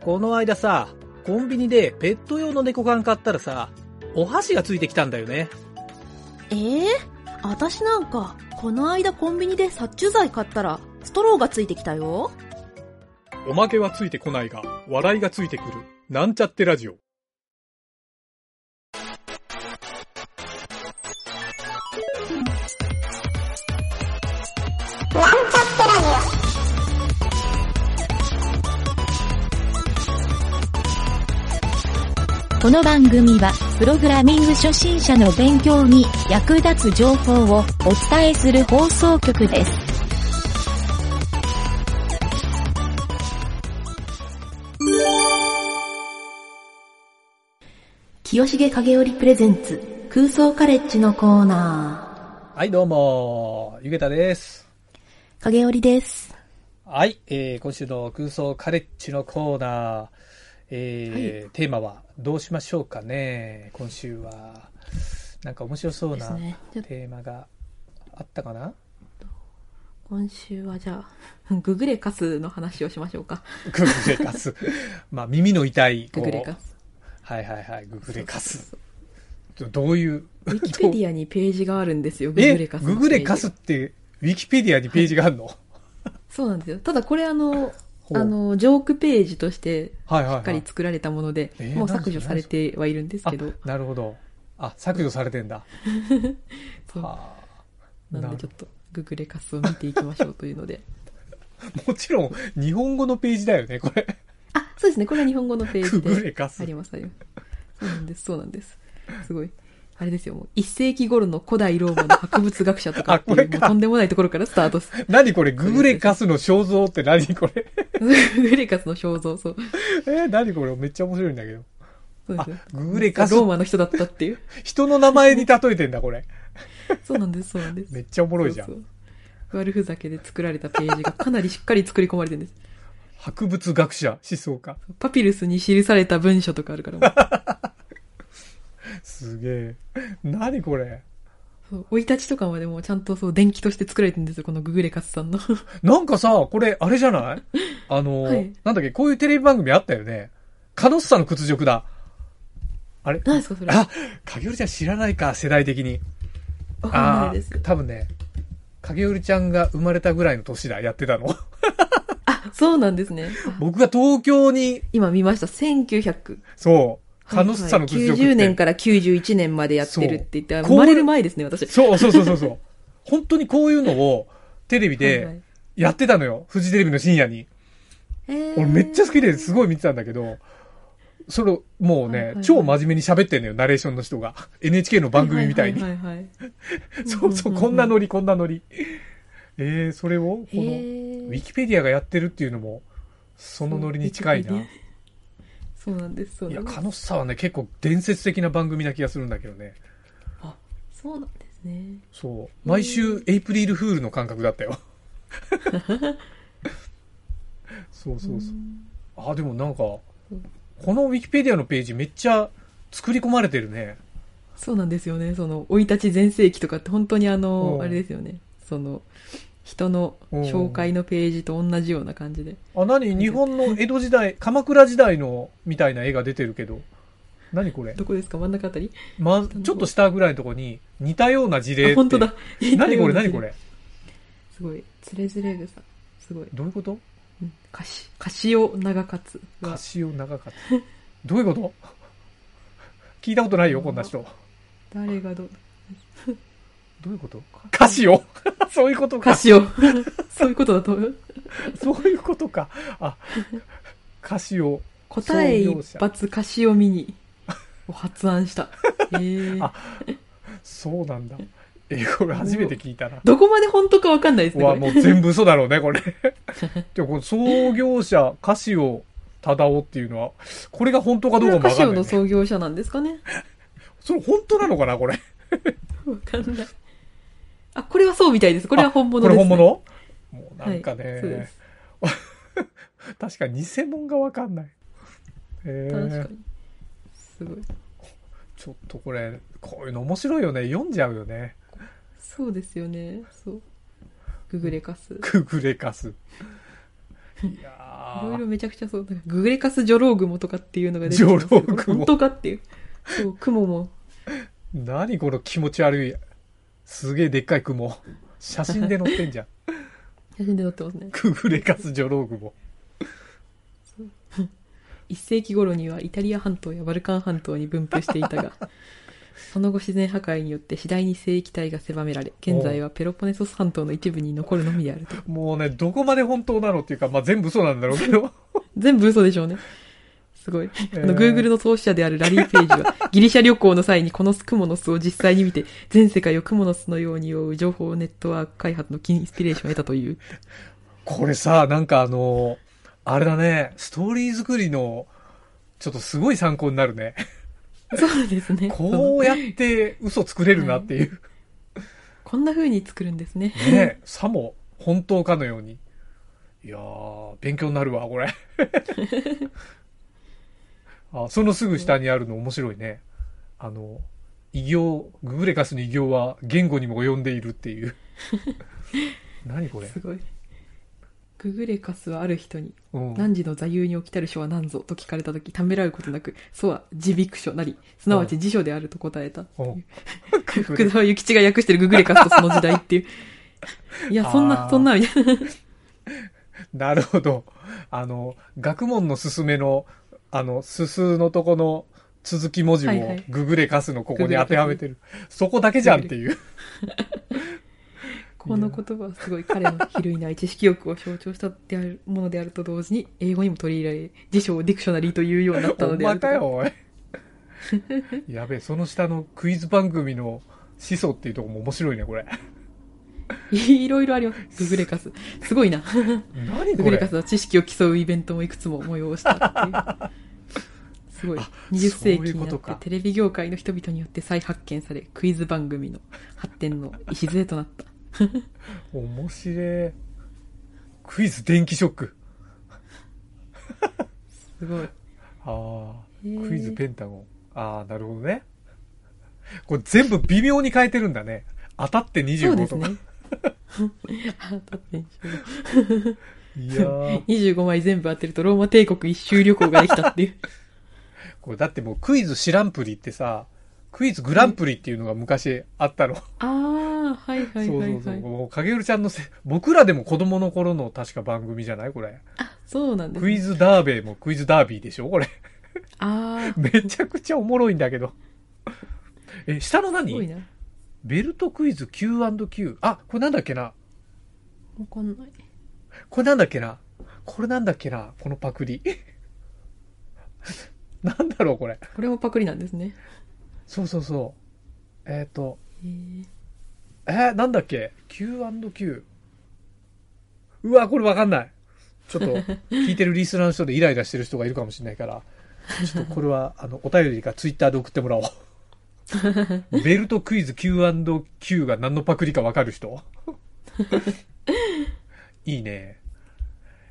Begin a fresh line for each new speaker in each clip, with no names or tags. この間さ、コンビニでペット用の猫缶買ったらさ、お箸がついてきたんだよね。
ええ私なんか、この間コンビニで殺虫剤買ったら、ストローがついてきたよ。
おまけはついてこないが、笑いがついてくる。なんちゃってラジオ。
この番組は、プログラミング初心者の勉強に役立つ情報をお伝えする放送局です。
清重影織プレゼンツ空想カレッジのコーナ
はい、どうも、ゆげたです。
ー。影織です。
はい、えー、今週の空想カレッジのコーナー、えーテーマはどうしましょうかね、今週は。なんか面白そう
です
な
ね。じゃあ
テーマがあったかな
今週はじゃあ、 ググレカスの話をしましょうか。
ググレカス。まあ、耳の痛い。こ
グ
う
グレカ ス。
はいはいはい、ググレカス。どどういう。
ウィキペディアにページがあるんですよ、ググレ
え
カスのペー
グ
ジ。
グレカスって、ウィキペディアにページがあるの、
そうなんですよ。ただこれあの、
ほう
あの、ジョークページとして、し
はいはい、
っ
は
かり
い。
作られたもので、
えー
もう削除されてはいるんです
あ
けど、、
なるほど。あ、削除されてんだ。
そう
はあ
な
な
の
る
でちょっと、ググレカスを見ていきましょうという ので。
もちろん、日本語のページだよね、これ。
あ、そうですね、これは日本語のペー
グ
ジで。
グレカス
あ。りますあります。そうなんです、そうなんです。すごい。あれですよ、もう1世紀頃の古代ローマの博物学者とかってい
あこれ
う、
か
もうとんでもないところからスタートす
何これ、ググレカスの肖像って何これ。
ググレカスの肖像、そう。
えー何これ、めっちゃ面白いんだけど。
そうですよ
あググレカス
ローマの人だったっていう。
人の名前に例えてんだ、これ。
そうなんです、そうなんです。
めっちゃおもろいじゃ。
そうんそう悪ふざけで作られたページがかなりしっかり作り込まれてるんです。
博物学者、思想家。
パピルスに記された文書とかあるからもう
すげえ。何これ。
そう、生い立ちとかまでもうちゃんとそう、伝記として作られてるんですよ、このググレカスさんの。
なんかさ、これ、あれじゃないあの、
はい
なんだっけ、こういうテレビ番組あったよね。カノッサの屈辱だ。あれ
何ですか、それ。
あ、影織ちゃん知らないか、世代的に。
わかん
あ
ない
あ
です。
ー、多分ね、影織ちゃんが生まれたぐらいの年だ、やってたの。
あ、そうなんですね。あ
僕が東京に、
今見ました、1900。
そう、カノッサの屈辱って。
90年から91年までやってるって言って、
そう
生まれる前ですね、私。
そうそうそうそうそう。本当にこういうのを、テレビ
はいは
で
い
やってたのよ。フジテレビの深夜に。俺めっちゃ好きで、すごい見てたんだけど、それをもうね、
はいはいはい
超真面目に喋ってんのよ、ナレーションの人が。NHK の番組みたいに。
はいはいはいはい
そうそう、
うんうん
こんなノリ、こんなノリ。えー、それを、こ
へ
の、
ー
ウィキペディアがやってるっていうのも、そのノリに近いな。
そうウィ
い
キペそうなんです、そうな
や、
んです
カ。ノッサはね、結構伝説的な番組な気がするんだけどね。
そうなんですね。
そう。毎週、エイプリルフールの感覚だったよ。そうそうそう。あ、でもなんか、このウィキペディアのページめっちゃ作り込まれてるね。
そうなんですよね。その、生い立ち全盛期とかって本当にあ
う
の、
ん
あれですよね。その、人の紹介のページと同じような感じで。
あ、何日本の江戸時代、鎌倉時代のみたいな絵が出てるけど。何これ
どこですか真ん中あたり
ま、ちょっと下ぐらいのとこに似たような事例って。
あ、本当だ。
何 これ何これ
すごい。つれづれ草。すごい。
どういうこと
うんカシ、カシオ長勝
カ
が。
シオ長勝。どういうこと聞いたことないよ、こんな人。
誰がどう、
どういうことカシオ そういうことか
歌。詞を。 そういうことだと思う。
そういうことか。あ、歌詞を。
答え
創業
一
者
発歌詞を見に。を発案した。 えー
あそうなんだ。え、これ初めて聞いたな。
どこまで本当かわかんないですね。
わ、
こ
も
れ
う全部嘘だろうね、これ。でもこの創業者、歌詞を忠夫っていうのは、これが本当か
こ
ど
れ
う
は
かもわ
歌詞
かん
を
ない、
の
ね。
創業者なんですかね。
それ本当なのかな、これ。
わかんない。あ、これはそうみたいです。これは本物
あ
で
こ
す、
れ
ね。
本物もうなんか
はいそうで
ね、
す。
確かに偽物がわかんない。え
確か
ー、
に。すごい。
ちょっとこれ、こういうの面白いよね。読んじゃうよね。
そうですよね。そう。ググレカス。
くぐれかす。いやーあ
いろい
ー
ろめちゃくちゃそう。なんかグレカスジョロウグモとかっていうのが出て
ジョロウグモ
本当かっていう。そう、クモも。
何この気持ち悪いすげえでっかい雲写真で載ってんじゃん
写真で載ってますね。
くぐれかすジョロウグモ
1世紀頃にはイタリア半島やバルカン半島に分布していた がその後自然破壊によって次第に聖域体が狭められ現在はペロポネソス半島の一部に残るのみであると
もうねどこまで本当なのっていうか、まあ、全部嘘なんだろうけど
全部嘘でしょうねすごい、あ
えー
の Google の創始者であるラリー・ページは ギリシャ旅行の際にこのクモの巣を実際に見て全世界をクモの巣のように覆う情報ネットワーク開発のインスピレーションを得た という
これさなんかあのあれだねストーリー作りのちょっとすごい参考になるね
そうですね
こうやって嘘作れるなっていう、
こんな風に作るんですね
ねさも本当かのようにいやー勉強になるわこれ あそのすぐ下にあるの面白いねあの異形ググレカスの異形は言語にも及んでいるっていう 何これ、
すごいググレカスはある人に
うん、
何時の座右に起きたる書は何ぞと聞かれた時ためらうことなく「そうは自ビク書なりすなわち辞書である」と 答えたっていう
うん
福沢諭吉が訳してるググレカスとその時 代っていういやそん
あ
な
ー
そんなみたいな
なるほどあの学問のすすめのあのすすのとこの続き文字を
はいはい
ググレカスのここに当てはめてる、そこだけじゃんっていう
この言葉はすごい彼の比類ない知識欲を象徴したであるものであると同時に英語にも取り入れられ辞書をディクショナリーというようになったのであ
ほんま
ると
かよ、おい。 やべえ、その下のクイズ番組の思想っていうとこも面白いね、これ。
いろいろありますググレカスすごいな
何
グ
こ
グレカ
れ
スは知識を競うイベントもいくつも催したっていう。すごい。20世紀
そういう
に
こ
な
と
って
か
テレビ業界の人々によって再発見され、クイズ番組の発展の礎となった。
面白い。クイズ電気ショック。
すごい。
ああ、
へー
クイズペンタゴン。ああ、なるほどね。これ全部微妙に変えてるんだね。当たって
そうで
25
す
とか。
ね。当たって
いやー
25枚全部当てるとローマ帝国一周旅行ができたっ ていう。
これだってもうクイズ知らんぷりってさ、クイズグランプリっていうのが昔あったの。
ああ、はいはい
そう
は
そ
いう
そ
は
う。
い。
もう影るちゃんのせ、僕らでも子供の頃の確か番組じゃないこれ。
そうなんです
ク
ね。
イズダーベイもクイズダービーでしょこれ。
ああ、
めちゃくちゃおもろいんだけど。 え、下の
すごい
何
な。
ベルトクイズ Q&Q。あ、これなんだっけな
わかんない。
これなんだっけなこれなんだっけなこのパクリ。 なんだろうこれ。
これもパクリなんですね。
そうそうそう。えっ、と、
へー
えーなんだっけ ?Q&Q。うわ、これわかんない。ちょっと、聞いてるリスナーの人でイライラしてる人がいるかもしれないから、ちょっとこれは、あの、お便りかツイッターで送ってもらおう。 ベルトクイズ Q&Q が何のパクリかわかる人いいね。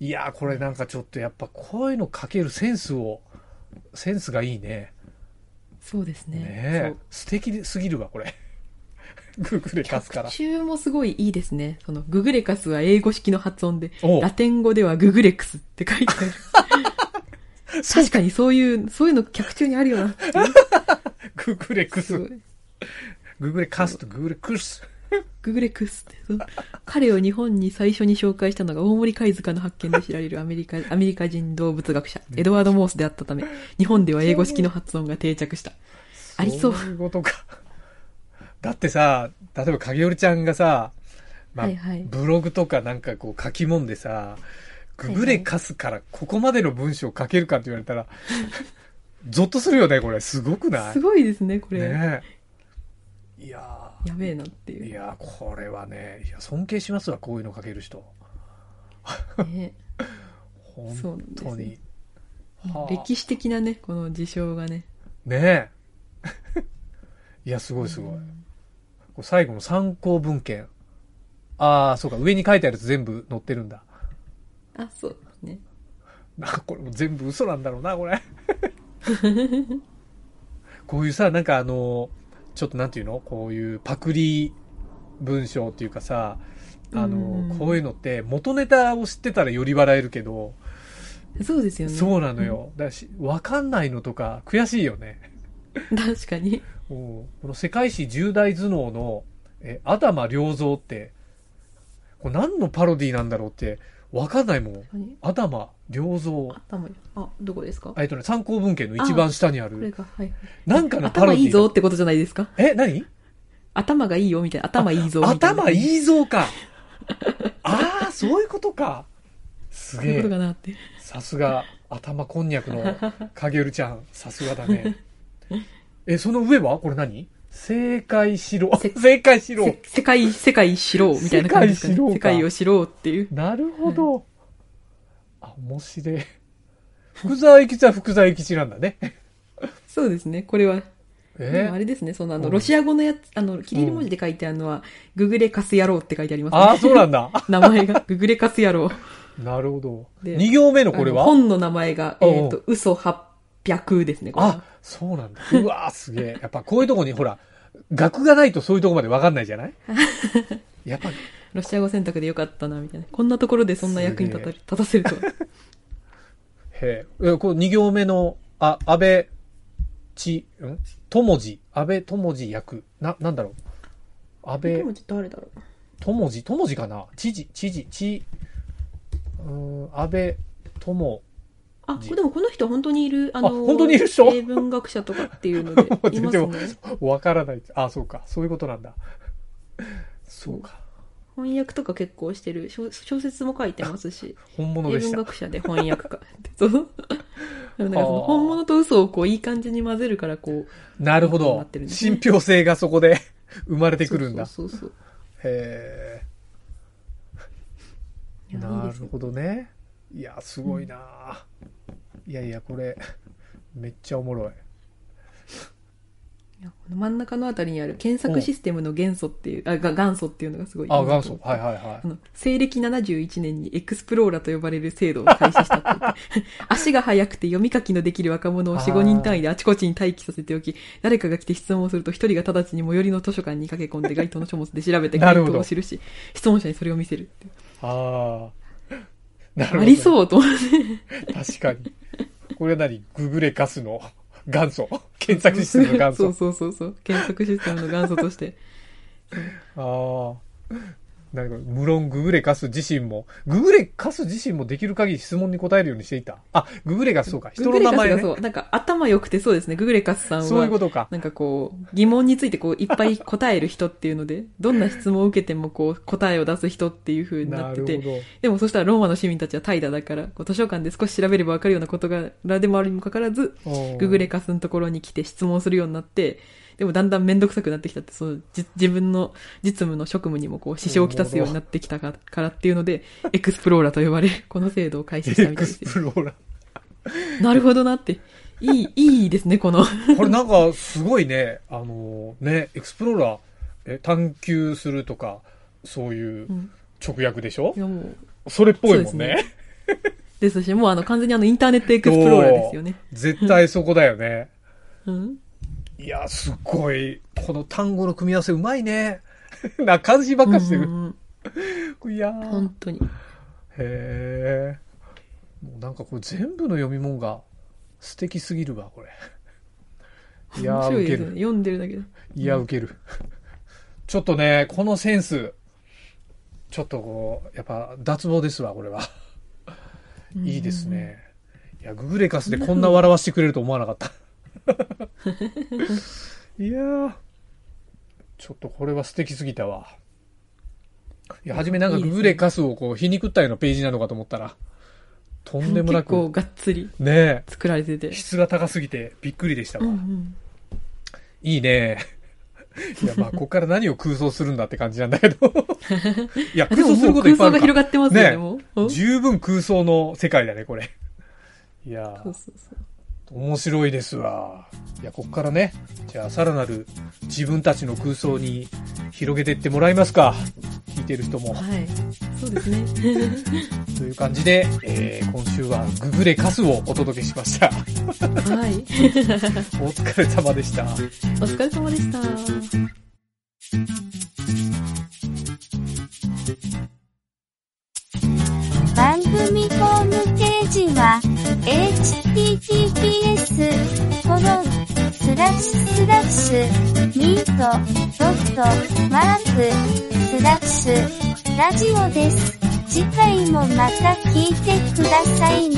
いやー、これなんかちょっとやっぱこういうのかけるセンスを、センスがいいね。
そうですね。そ
ねえ
う。
素敵すぎるわ、これ。グーグルで貸すから。
中もすごいいいですね。その、ググレカスは英語式の発音で、
おう
ラテン語ではググレクスって書いてある。 確かにそういう、そういうの客中にあるよな。
グーグレクス
すご。い
グーグレカスとグーグレクス。
ググレクスって。そう彼を日本に最初に紹介したのが大森貝塚の発見で知られるアメリカ、 アメリカ人動物学者、エドワード・モースであったため、日本では英語式の発音が定着した。ありそう
そういうことか。だってさ、例えば影織ちゃんがさ、まあ
はいはい
ブログとかなんかこう書きもんでさ、グ
い
グレカスからここまでの文章を書けるかって言われた ら、ゾッとするよね、これ。すごくない
すごいですね、これ。
ねえいや
やべえなって
ー、い
いう。
やーこれはね、いや、尊敬しますわ、こういうの書ける人。
ねそ
本
うなんです
当に
ね。
はあ
歴史的なね、この事象がね。
ね え。いや、すごいすごい。これ最後の参考文献。ああ、そうか、上に書いてあるやつ全部載ってるんだ。
あ、そうですね。
な、これも全部嘘なんだろうな、 これ。こういうさ、なんかあの、ちょっとなんていうのこういうパクリ文章っていうかさ、あ
うんうんう
の、
ん
こういうのって元ネタを知ってたらより笑えるけど、
そうですよね。
そうなのよ。だし、わかんないのとか、悔しいよね。
確かに。
おこの世界史重大頭脳の、え、アダマ良造って、これ何のパロディなんだろうって、わかんないもん。アダマ良造。
頭にあ、どこですかこ
えっとね、参考文献の一番下にあ
れ
る、
が、はい。
なんかのパロ
頭
ディ
いいぞ
だ。
ってことじゃないですか
え、何
頭がいいよみたいな。頭いいぞみたいな。
頭
い
いいぞか。ああ、そういうことか。す
そうい
げ
うこと
え。
かなって。
さすが、頭こんにゃくの影るちゃん。さすがだね。え、その上はこれ何正解しろ。
せ
正解しろ
せ。世界、世界知ろうみたいな感じですかね。
世界知ろうか
世界を知ろうっていう。
なるほど。あ、面白い。福沢諭吉は福沢諭吉なんだ ね。
そうですね。これは、で
え
もあれですね。そのあ
う
の、
ん
ロシア語のやつ、あの、キリル文字で書いてあるのは、ググレカス野郎って書いてありますね。
ああ、そうなんだ。
名前が、 ググレカス野郎。
なるほど。
で
2行目のこれ
あの
は
本の名前が、
おうおう
えっと、嘘800ですね、これ
あ
は。、
そうなんだ。うわーすげえ。やっぱこういうとこに、ほら、学がないとそういうとこまでわかんないじゃ ないやっぱ、
ロシア語選択でよかったな、みたいな。こんなところでそんな役に立た立たせるとは。
へえ。えこう2行目の、あ、安倍、ち、んともじ、安倍ともじ役。な、なんだろう。安倍、
ちょっと誰だろう。
ともじ、ともじかな知事、知事、知、うーん、安倍、とも、
あ、これでもこの人本当にいる、あの、
あ本当にいる人、
英文学者とかっていうので
待
い
って
ますね。
わからない。あ、そうか。そういうことなんだ。そうか。
翻訳とか結構してる。小小説も書いてますし、
本
英
物で
文
した。
学者で翻訳家 って。そう。でもなんかその
あー
本物と嘘をこういい感じに混ぜるからこう。
なるほ
な
ど
ってるん。ですね
信憑性がそこで 生まれてくるんだ。
そうそうそうそう
へえ。
いや
ない
い
る
ですね
ほどね。いや、すごいな、いやいや、これ、めっちゃおもろい。
いやこの真ん中のあたりにある検索システムの元素っていう、あ、が元素っていうのがすごいいいな
あ、
と思
元
って。
祖。はいはいは
あの、西暦71年にエクスプローラと呼ばれる制度を開始したって言って 足が速くて読み書きのできる若者を4、
あー
5人単位であちこちに待機させておき、誰かが来て質問をすると一人が直ちに最寄りの図書館に駆け込んで該当の書物で調べて
なる
回
ほど
答を記し、質問者にそれを見せるっていう。
い。ああ。なるほど。
ありそうと思って。
確かに。これは何ググレカスの元祖。検索システムの元
そう
祖。
そうそうそう。検索システムの元祖として。
ああ。なるほど。無論ググレカス自身も、ググレカス自身もできる限り質問に答えるようにしていた。あ、ググレカスそうか。人
グ
の名
グレカス
前
が
ね。
そう、なんか頭良くてそうですね。ググレカスさんは。
そういうことか。
なんかこう、疑問についてこう、いっぱい答える人っていうので、どんな質問を受けてもこう、答えを出す人っていう風にな
な
って
る
て
ほ、ど。
でもそしたらローマの市民たちは怠惰だから、こう図書館で少し調べればわかるような事柄でもあるにもかかわらず、ググレカスのところに来て質問するようになって、でもだんだん面倒くさくなってきたって、そのじ自分の実務の職務にもこう支障をきたすようになってきたかからっていうので、エクスプローラと呼ばれるこの制度を開始した
エ
みた
ク
いで
ス
すよ。
プローラ
なるほどなって。いい、いいですね、この。
ー。これなんかすごいね、あのね、エクスプローラー、え探求するとか、そういう
うん
直訳でしょ
い、やもう
それっぽいも
そ
ん
うで
ね
す。ですし、もうあの完全にあのインターネットエクスプローラーですよね。
絶対そこだよね。
うん。
いや、すごい。この単語の組み合わせうまいね。 な、感心ばっかして
う
る。
んうん
いや
うん
ー
本当に。
へえ。もうなんかこれ全部の読み物が素敵すぎるわ、これ。いや
面
ー、
白い
ウケ
ですね
る。。
読んでるだけで。
いや、ウケる。 ちょっとね、このセンス、ちょっとこう、やっぱ脱帽ですわ、これは。いいですね。いや、ググレカスでこんな笑わせてくれると思わなか った。いやー、ちょっとこれは素敵すぎたわ。いや、初めなんか
いいで
グ
すね
グレカスをこう、皮肉ったようなページなのかと思ったら、と
うんん。
でもな
結構
く、
がっつり
ね
作られてて
え、。質が高すぎてびっくりでした
う
わ。
んうん。
いいね。 い や、まあ、ここから何を空想するんだって感じなんだけど。いや、
あで
空
も
想す
も
る
う
こといっぱい
空
ある
想が
か
広がってますよね、
ね
もう。うんそう
十分空想の世界だね、これ。いや
そう
ー、
そう。
面白いですわ。いや、ここからね、じゃあ、さらなる自分たちの空想に広げてってもらいますか。聞いてる人も。
はい。そうですね。
という感じで、えー、今週はググレカスをお届けしました。
はい。
お疲れ様でした。
お疲れ様でした。
番組ホームページは https コロンスラッシュスラッシュミートドットマークスラッシュラジオです。次回もまた聞いてくださいね。